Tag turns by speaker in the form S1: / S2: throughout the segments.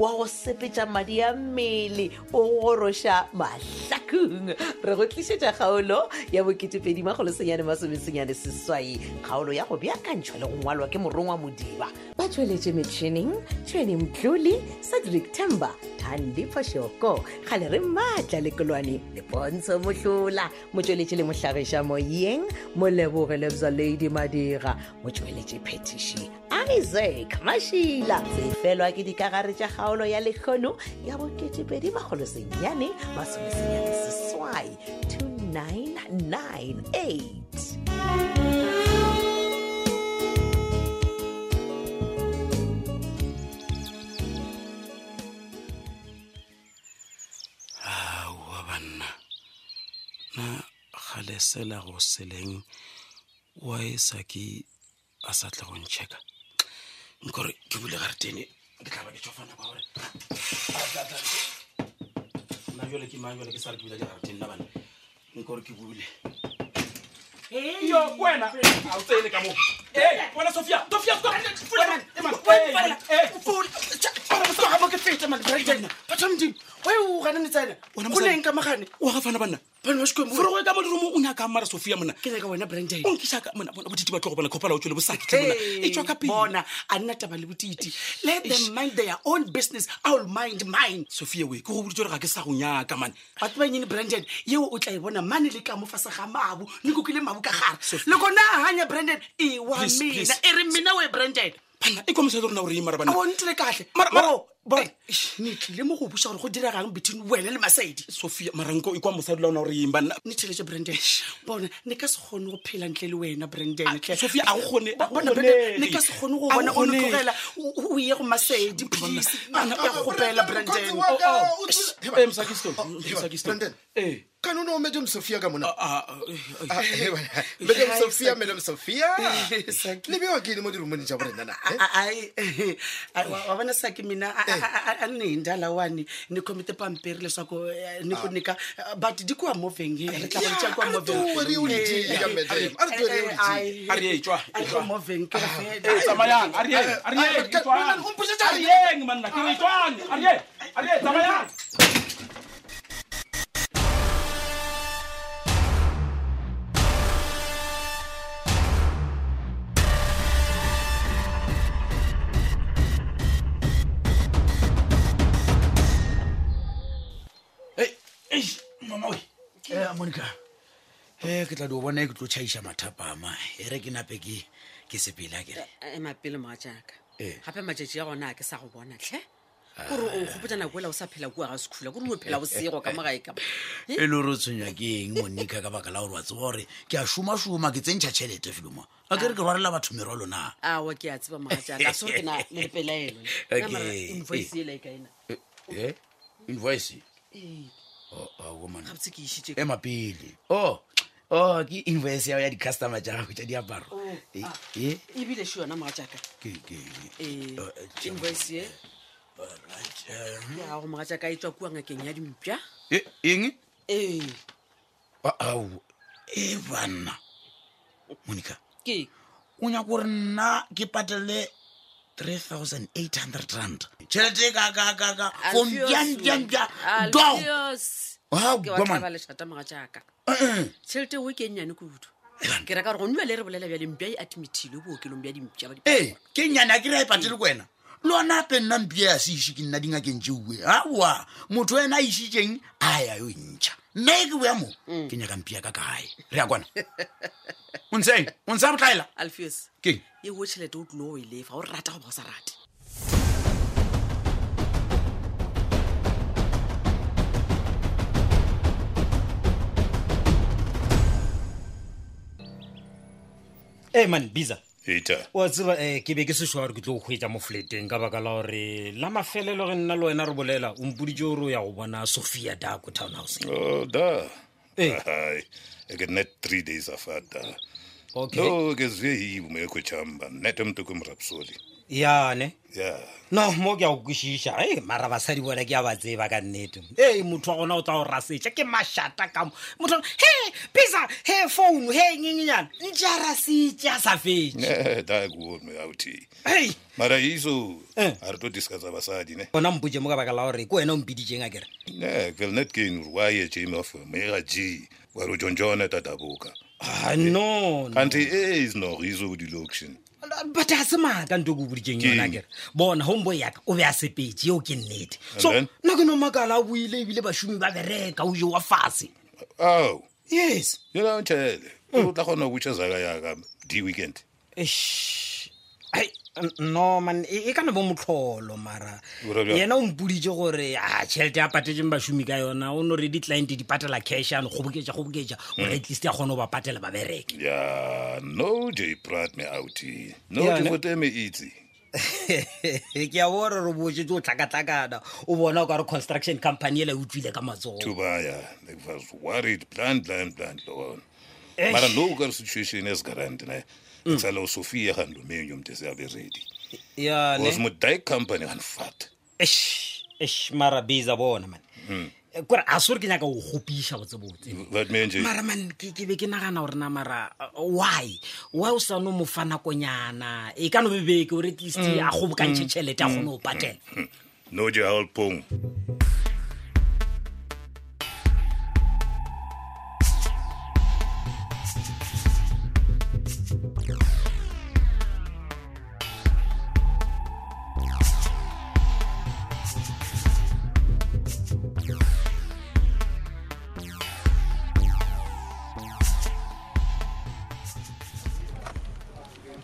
S1: wa go sepetša madi a mmele o goroša mahlakong re go tlišetša kgaolo ya bo2edimagolosenyane seswai kgaolo ya go beakantšhwa le go ngwalwa ke morongwa modiba ba tšweletše metšhineng tšhweni mtlole cedric tember thandi phošoko kgale re maatla lekolwane le pontsho mohlola motšweletše le mohlagiša moyeng moleboge lebza ladi madira motšweletše petiši isaac mašila sefelwa ke dikagare tša kgaolo ya lekgono ya bo2edi magolosenyane masomesenyane seswai 2998
S2: aowa banna na gale sela go seleng wa e saki a sa tla go ntšheka nkore ke bule garetene ke tlaba ke tshofana kwa gore nna jole ke mang jole ke sa re ke bula digaretene na bane nkore ke bule yo kwena a o tsene ka mo Eh, wena sofia sofia
S3: eh, goleng ka magane
S2: wa gafana banna
S3: bana ba sekwemo
S2: forogo e ka mo diromo o nyaka mara sofia mona
S3: ke nyaka wena branden
S2: o nkišaka mona bona botiti ba tlo go bona kgopala o tswele bosaki tle mona e tswa ka pele
S3: eh, bona a nna taba le botiti let them mind their own business ill mind mine
S2: sofia we ke go boditse gore ga ke sa go nyaka mane
S3: batho ba nyene branden yeo o tla e bona mane le ka mo fase ga mabu le kokile mabu ka gare le kona a ganya branden e wa
S2: Please,
S3: mina
S2: please.
S3: e re mina we branden
S2: banna e komosale rona gore e mara
S3: a
S2: banna
S3: bontile katlhe
S2: Mara- mara-
S3: Bo- bo- eh, ne tlile mo go busa gore go diregang between wena le masedi
S2: sofia maranko e kwa mosadi la ona gore eng banna
S3: ne theletse branden bona ne ka se kgone go phela ntle le wena branden tle
S2: sofia a go kgone a
S3: Ba-
S2: go
S3: bona
S2: kgonege.
S3: Brandon, ne ka se kgone go
S2: A
S3: bona o
S2: kgonege.
S3: netlogela o ye go masedi please ana ke a gopela branden
S2: Oh, oh.
S3: Oh, oh.
S4: Shh.
S2: Eh, Msaki Stone,
S4: Oh, Ivan,
S2: Msaki Stone.
S4: Brandon.
S2: Eh.
S4: Kan o ne o madam sophia ka mona
S2: Ah, ah, eh, eh.
S4: Ah, eh, bana. madam
S3: Hi,
S4: sophia
S3: Saki.
S4: madam sophia
S3: Eh, Ah, Saki.
S4: le bewa ke le mo dirumone ja borenana
S3: A- a- ai, eh, a- wa wa bona saki mina a- a- a- a- a nne hi ndalawani ni khomete pampiri leswaku eh, ni ku nyika eh, but di kuwa movhengeni ri tla vona kuwa Eh,
S2: A re ye, e tswa, e tswa.
S3: movheng ke re
S2: Eh, tsamayang a re ye, a re ye, e tswang. A re yeng, manna ke re e tswang a re ye, a re ye, tsamayang
S5: monica e ke tla di o bona e ke tlo tšhaiša mathapama e re ke nape ke ke sepela kere
S6: emapele moga jaaka
S5: Eh.
S6: gape matšatši a gona a ke sa go bona tlhe kore o kgopotsa nako ela o sa phela kua ga sekhula kore o phela bosego ka mogae ka mo
S5: e le gore o tshwenywa ke eng monica ka baka la gore wa tseba gore ke a šomašoma ke tsentšha tšhelete filoma a kere ke rwalela batho merwalo na
S6: awa ke a tseba moga jaaka sore ke na le e lepelaelo
S5: Okay.
S6: invoice ela e kaena
S5: e,
S6: Eh,
S5: invoice
S6: gabotse ke išitse
S5: ema pele E o o ke invoice yao ya di-customer tša gago tša diaparo Eh, eh,
S6: ebile še yona moga jaaka
S5: ke- ke- Oh, eh, tjhe,
S6: invoice e yago moga jaaka e tswa kua ngakeng ya Eh, dimpša
S5: Eh, eng
S6: ee
S5: Ah, au e banna monica
S6: ke
S5: o nyaka gore nna ke patelele 3800 rand tšhelete e kakakaka fompjantjantja
S6: alfios
S5: Ah,
S6: ke
S5: bua man.
S6: watlaba lešata moga jaaka tšhelete eo ke e nnyane kudu ke reka gore go nwa le re bolela bja dimpša e admitile bookelong bja dimpša ba di-
S5: ee ke nnyane a ke rea e patele ko wena le ona ape nna mpie ya se ise ke nna dingakeng tseue aowa motho ena a isitseng a ya yo ntšha nna e ke boya mo ke nyaka mpia ka kae re ya kwana o ntse o ntse a botlaela
S6: alfios
S5: keng
S6: eo tšhelete o tlile o e lefa o rata goba go sa rate
S7: e man bisa
S8: eta
S7: wa tseba um ke be ke sešwa gore ke tlo go kgwetsa mo fleteng ka baka la gore la mafelelo ge nna le wena re bolela o mpoditse gore o ya go bona sophia dako town house
S8: o da
S7: Eh.
S8: hayi eke net three days after da
S7: okay
S8: o ke zviye yivume yekhwechamba nete mntukumrapsoli
S7: yane
S8: yeah
S7: no mo ke a go kwešiša e mara basadi bona ke a ba tseba ka nnete ee motho wa gona o tla go rasetša ke mašata ka mo motho wa- he pisa he founu he ngengenyana ntše a rasetše a sa fetse
S8: Eh, da kuone authi
S7: ei
S8: mara hizo
S7: Eh.
S8: a re tlo discussa basadi ne
S7: gona mpotse mo ka baka la gore ke wena o mpiditšeng a kere
S8: ne kelnet kane ore wa ye jame of mega g ware o jonjone tataboka
S7: Ah, no no.
S8: kanti e is no hizo o diloction
S7: but a se maaka nto ke o boditseng Mm, yona
S8: Keng?
S7: kere bona homeboy yaka o be a sepetse eo ke nnete
S8: And
S7: so
S8: then?
S7: nna ke no makala a boile ebile bašomi ba bereka o jewa fatshe
S8: aw
S7: yes
S8: yona o ntšhele
S7: Mm.
S8: o tla kgona go botša zaka yaka d weekend
S7: Eish. Ai, n- no man e e ka na bo motlholo mara
S8: Ora bjang?
S7: yena o mpoditse gore a tšhelete a patetseng bašomi ka yona o no re di-client di patela cash ano kgoboketša kgoboketša gore at least a kgone go ba patela ba bereke
S8: ya no j prat me authi no
S7: Yeah,
S8: ke
S7: ne-
S8: foteme itse
S7: ke a bore re botsetse o tlhakatlhakana o bona o ka re construction company ela e utlwile ka matsogo
S8: tubaya like was worried plan plan plan lona
S7: Eish.
S8: mara no ka situation as garant ne
S7: Mm.
S8: itsala usofia handlumenyo mntesi abe ready
S7: Yane.
S8: was mudai company handfat
S7: Eish, eish, mara beza bona man Mm. Eh, kore a se gore ke nyaka o gopiša botsebotse
S8: that man nje
S7: mara man ke ke be ke nagana gore na mara uh, why why o sa no mo fa nakonyana e ka no bebeke o retlist a kgobokantšhe tšhelete a kgone o patela
S8: no je haul pong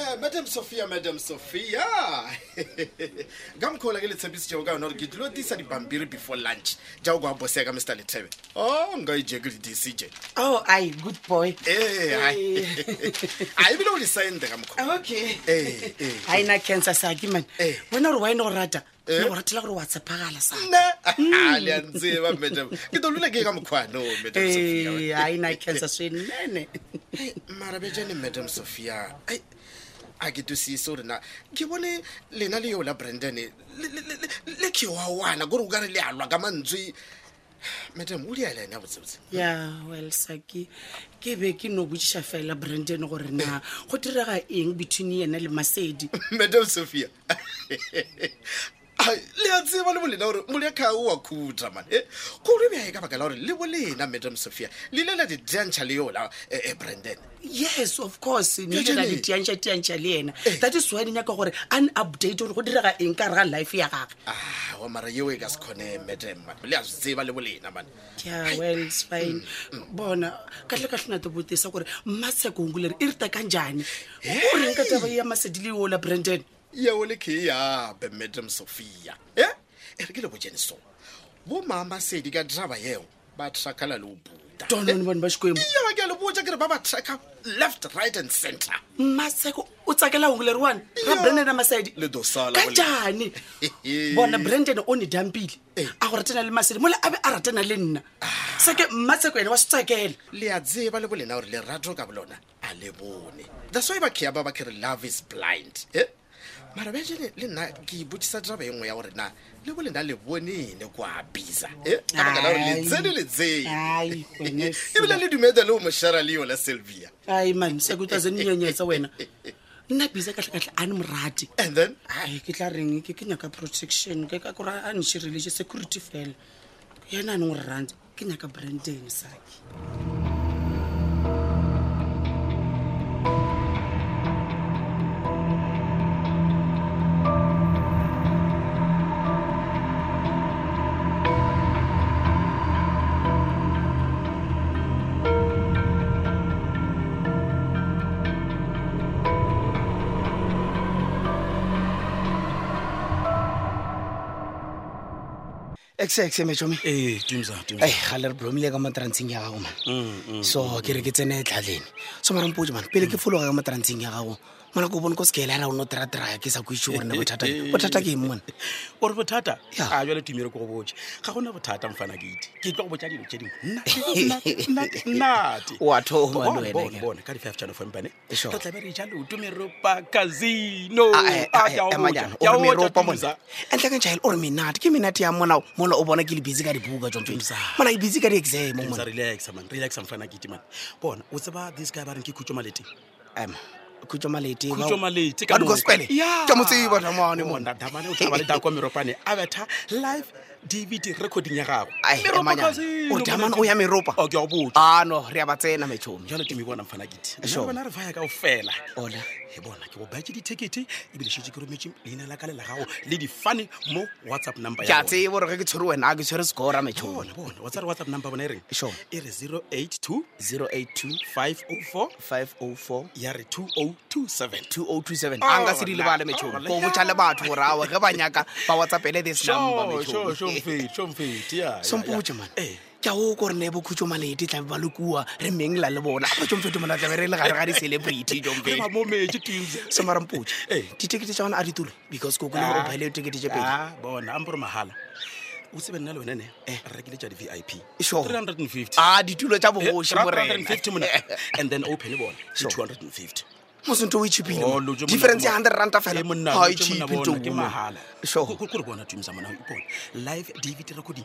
S2: Eh, madam sophia madam sophia ka mokgola ke le tshepisitšego ka yona gore ke tlilo tisa dipampiri before lunch jao kwa boseka mr lethebe o nka ije ke le disitše
S3: oh ai good boy
S2: ee
S3: Eh.
S2: a ebile o le saente ka mokgola
S3: okay
S2: Eh, eh.
S3: ai na cancer saki mane
S2: Eh.
S3: wena gore waene go rata
S2: Eh.
S3: ne go ratela gore wa tshepagala sa
S2: nna le a ntseba madam ke tolule ke ka mokgwano madam
S3: Eh,
S2: sophia
S3: ai na cancer swinene
S2: mara bejane madam sophia ai, a ke tusise gore na ke bone lena le yeo la brandon le- le- le- le kioawana kore o ka re le a lwa ka mantswe madam o diala ene ya botsebotse
S3: ya well saki ke be ke no botsiša fela branden gore na go direga eng between yena le masedi
S2: madam sophia Ai, le a tseba le bolena gore moleka o wa khutha mane kore bjae ka baka la gore le bolena madam sophia le ile la di diantšha le yola eh, brandon
S3: yes of course
S2: Bjale-
S3: nela ditiantšha tiantšha le ena that is why nyaka gore an update gore go direga eng ka rega life ya gage
S2: awa mara yeo e ka se kgone madam man. le a se tseba le bolena mane
S3: ya well it's fine bona kahle kahle na ti vutisa ku ri masekungu leri i ri teka njhani u ri nka tava ya masedi leyi wola branden
S2: yeo le ke yape madam sophia e e re ke le bojene so bo maamasedi ka draba yeo ba trakala le o buta
S3: tonani vanhu va xikwembu
S2: yawa ke a le botsa ke re ba ba traka left right and center
S3: maseko u tsakela hungu leriwani ra
S2: Yo.
S3: branden na masedi
S2: Le do sala
S3: ka
S2: wale.
S3: njhani bona branden o ni dampile
S2: Eh.
S3: a go ratana le masedi mola a be a ratana le nna
S2: Ah.
S3: seke maseko yena wa swi tsakela
S2: le a tseba le bolena gore lerato ka bolona a le bone that's why ba kea ba ba ke re love is blind e mara bjale le nna ke ibotsisa draba e nngwe ya gore na le bolena le bonene kwa bisa e ka baka la gore
S3: Ai.
S2: letsene le tsene
S3: Ai, wena se-
S2: ebile le dumeda le o mošara le yola selvia
S3: ai mani seko u ta ze ni nyenyetsa wena nna bisa kahlekahle a ni mu rati
S2: and then
S3: ai ke tla reng ke ke nyaka protection ke ka kore a nširilese security fela yena a ne gore rantsa ke nyaka branden saki
S9: exe metšome
S10: ee tumsa
S9: ei gale re blomile ka matranseng ya
S5: Mm,
S9: gago man so ke re ke tsene tlhalene so marampotse man pele ke fologa ka matranseng ya gago
S3: mola ko bone ko se ke elela o no terateraya ke sa ko itse gore ne bothata ke- bothata ke eng mone
S5: ore bothata a jale tumere ko go botse ga gona bothata mfana kete ke tlo go botsa dilo tse
S3: Wa thoma le wena, ke re.
S5: dingwenatebone ka di-five channel fompane re
S3: Oh, Sure.
S5: tlabe re ja leoto meropa casino
S3: Ah, eh,
S5: Ah,
S3: ah,
S5: ke
S3: eh,
S5: a o
S3: ema
S5: botsa, ke
S3: jang?
S5: a
S3: Ore
S5: o botsa,
S3: meropa mona.
S5: Tuza.
S3: Entle ke ntšhaele, ore menate ke menate ya mola mola o bona ke le busy ka dibuka john Twenty. mola ke busy ka di-exam
S5: Tuza,
S3: mona
S5: relaxa man relaxa mfana kete man bona o tseba this guy ba reng ke khutso maleteng
S3: Em, khutso malete
S5: khutso malete
S3: Ba di-gospel? ke mo tseba damane mona
S5: monadamane o tlabale dako meropane a betha live dvd recording ya gagwe
S3: Ai,
S5: Meropa
S3: ema nyana.
S5: casino,
S3: Ore damane
S5: monate.
S3: o ya meropa
S5: Oh, ke a o botsa
S3: ano re a ba tsena metšhomi
S5: jalo ke mebona mfana kete
S3: Sure.
S5: nna bona re faya kao fela
S3: Ona.
S5: e bona ke bobae dithekete ebile shetse ke rometse leina la ka le la gago le difane mo whatsapp number
S3: ke
S5: ya
S3: a
S5: bona.
S3: tseba gore ge ke tshwere wena a ke tshwere sekora metšhomi
S5: bona bona wa tsare whatsapp number ya bona e reng
S3: Sure.
S5: e re 082
S3: 082
S5: 504
S3: 504
S5: ya re 2027
S3: 2027 a nka se di lebale metšhomi ko botša le batho gore awe ge ba nyaka ba whatsappele this number metšhomi Eh. sompotse man ke a o ko rene bokhutso malete tlabe ba lokua re meng la le bona apa jomfeto mona tlabe re le gare ga di-celebrity jomfeto somarampotse
S5: Ee.
S3: ditekete tša bona a di ture because koko le gore o
S5: Ah.
S3: baile tekete tše pedi
S5: bona ampore mahala o tsebe nna le wena ne re rekile tša di-vip
S3: Eh. Sure. Ah,
S5: 350
S3: a ditulo tša bogoši
S5: Eh, 350
S3: morena
S5: mona and then open e bona ke 250
S3: mosentho o ichipile
S5: Oh, lo jo monna
S3: difference ya
S5: bona.
S3: hundred ranta
S5: Eh,
S3: fela e
S5: monna,
S3: ga
S5: lo jo monna
S3: ichipe
S5: bona, ke mahala
S3: Sure.
S5: Ko- ko- kore bona tumsa mona ipona live dvd recording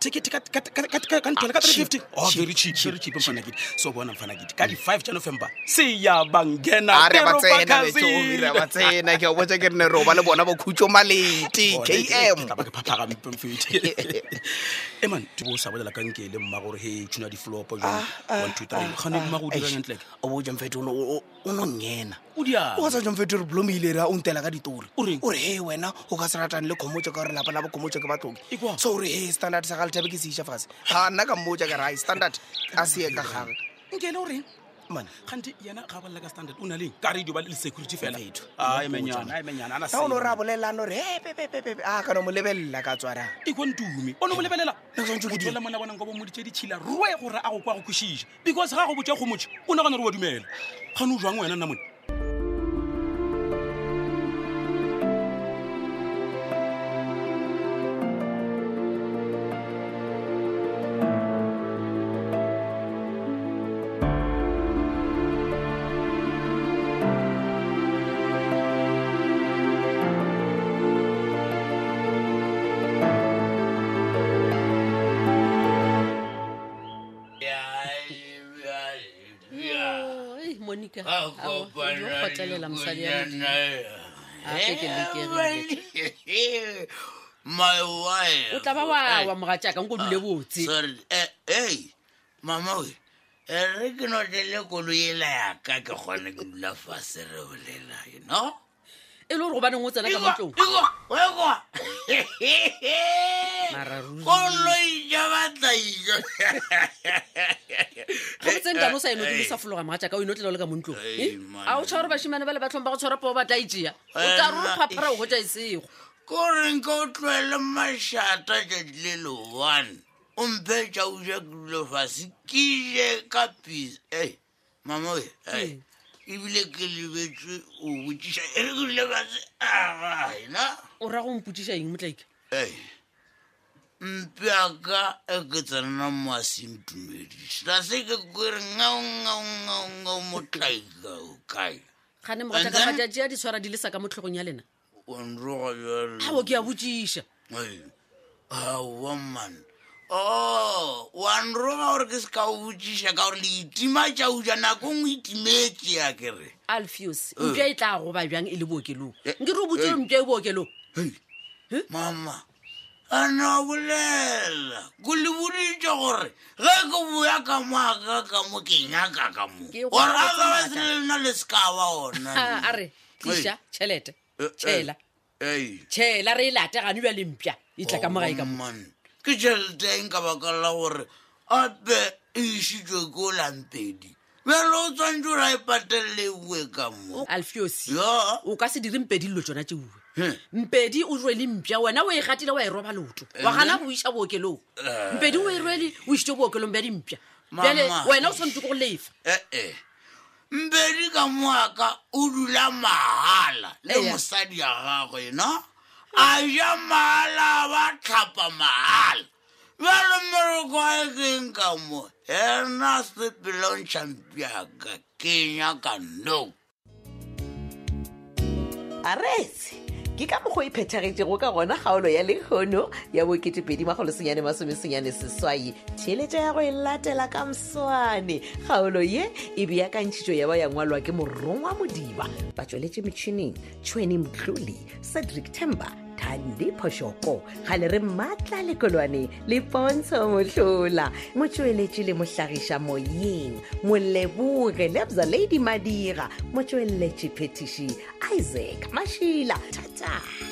S5: ticket ka- ka- ka- ka- ka- ka ntlha le ka
S3: Mm. Ah, cheap,
S5: 350 oh
S3: cheap,
S5: very cheap very cheap mfanakiti so bona mfanakiti ka di 5 tsa november se ya bangena
S3: a re ba tsena metšhomi re ba tsena ke a botsa ke rene roba le bona bokhutso malete
S5: Oh, e
S3: km
S5: eman tebo o sa bolela kankele mma gore he tuna diflopo
S3: Ah,
S5: one two three gane mma go dirangantleke
S3: o bo jomfeto o no ngena
S5: o diana
S3: o ka sa jomfeto re blomile ra o ntela ka ditori
S5: Ah. O reng?
S3: ore he wena o ka se ratang le kgomotso ka gore lapa la bokgomotso ke batloki
S5: Ekwa?
S3: so ore he standard sa gale thabe ke se iša fase ga nna ka mmotsa ka rai standard a seye ka gage
S5: nkele o reng
S3: mone
S5: gante yena ga balela ka standard o na leng ka radio ba le security fela
S3: Mfethu,
S5: Ai,
S3: ke botsa,
S5: menyana, ai, menyana, ana
S3: ta o ne o
S5: selo.
S3: re a bolelelano re he pepepepepe a kana mo lebelela Ah, ka tswarang
S5: ikontume E o ne bo lebelela
S3: Nna ke swanetse ke di-
S5: otlwela mona bonang ka bomoditse ditšhila roe gore a go kwa go kwešiša because ga go botsa go motšhe o nagana gore wa dumela kgane o jwang wena nna mone
S11: monica gotlelela mosadi ya Modimo. Ape ke leke re-
S12: my wife
S11: o tla ba
S12: Eh,
S11: wawa moga jaaka nko dule botse
S12: sorry eh, ei mama we eh, re ke notele kolo ela yaka ke kgone ke dula fase re bolela you know
S11: e le gore gobaneng o tsena ka motlong Mara ruri.
S12: koloija batlaijo
S11: gabotse ntane o sa e eno dilo sa fologa moga jaaka o eno tlela o le ka montlong
S12: Ei, man.
S11: a eh? o tšha gore bašimane ba le batlhong ba go tshwara poo ba tla ejea o tla rore
S12: Wena,
S11: phaphara o gotsa e sego
S12: koreng ke o tloele mašata tšatši le le one o mpe tša uja ke dule fase ke je ka pise e mama we
S11: Keng?
S12: ei, ebile ke lebetse o botsiša e re ke dule fase agana
S11: o ra go mpotsiša eng motlaika
S12: ei mpe aka e ke tsenana masimtumediši ra se ke kwere ngaongaongaongao motlaika o kae
S11: gane moga jaaka
S12: Anzana?
S11: matšatši a di tshwara di lesa ka motlhogong ya lena
S12: onroga bjale
S11: gao ke a botsiša
S12: awa man o wanroga gore ke se ka o botsiša ka gore leitima tša uja nako ngwe itimetse ya kere
S11: alfios mpia e tla goba bjang e le bookelong nke re o botse mpia e bookelong
S12: mama a na bolela ko le boditše gore ge ke boya ka moaka ka mo ke nyaka ka mo
S11: Ke go
S12: gore a ka ba
S11: botsa
S12: se le lena le se ka ba ona
S11: a a re tliša tšhelete tšhela
S12: ei
S11: tšhela re e late gane bja lempja e tla ka mogae ka mo
S12: Oh, man ke tšheleteng ka baka la gore ape e išitšwe ke o lampedi bjale o tshwanetse gore a e patelele e bue ka mo
S11: alfios
S12: yo
S11: o ka se dire mpedi dilo tsona tse
S12: Hmm.
S11: uwe mpedi o rwele mpia wena o e gatile wa e roba loto wa gana go iša bookelong mpedi o e rwele o išitse bookelong bja dimpša
S12: Mama. e,
S11: bjale wena o tshwanetse ko go lefa
S12: ee mbedi ka moaka o dula mahala le
S13: Eya.
S12: mosadi ya gagwe no a ja mahala a ba tlhapa mahala bjale moroko a keng ka mo ena sepelong champiaka ke nyaka no
S1: aretse ke ka mokgwa e phethagetšego ka gona kgaolo ya lekgono ya bo2 seswai theeletša ya go e latela ka moswane kgaolo ye e beakantšhitšo ya ba ya ngwalwa ke morongwa modiba ba tsweletše metšhineng tšhweni mtlole cedric tember thandi phošoko gale re maatla lekolwane le pontsho mohlola motsweletši le mohlagiša moyeng moleboge lebza lady madira motsweletši phetiši isaac mašila thata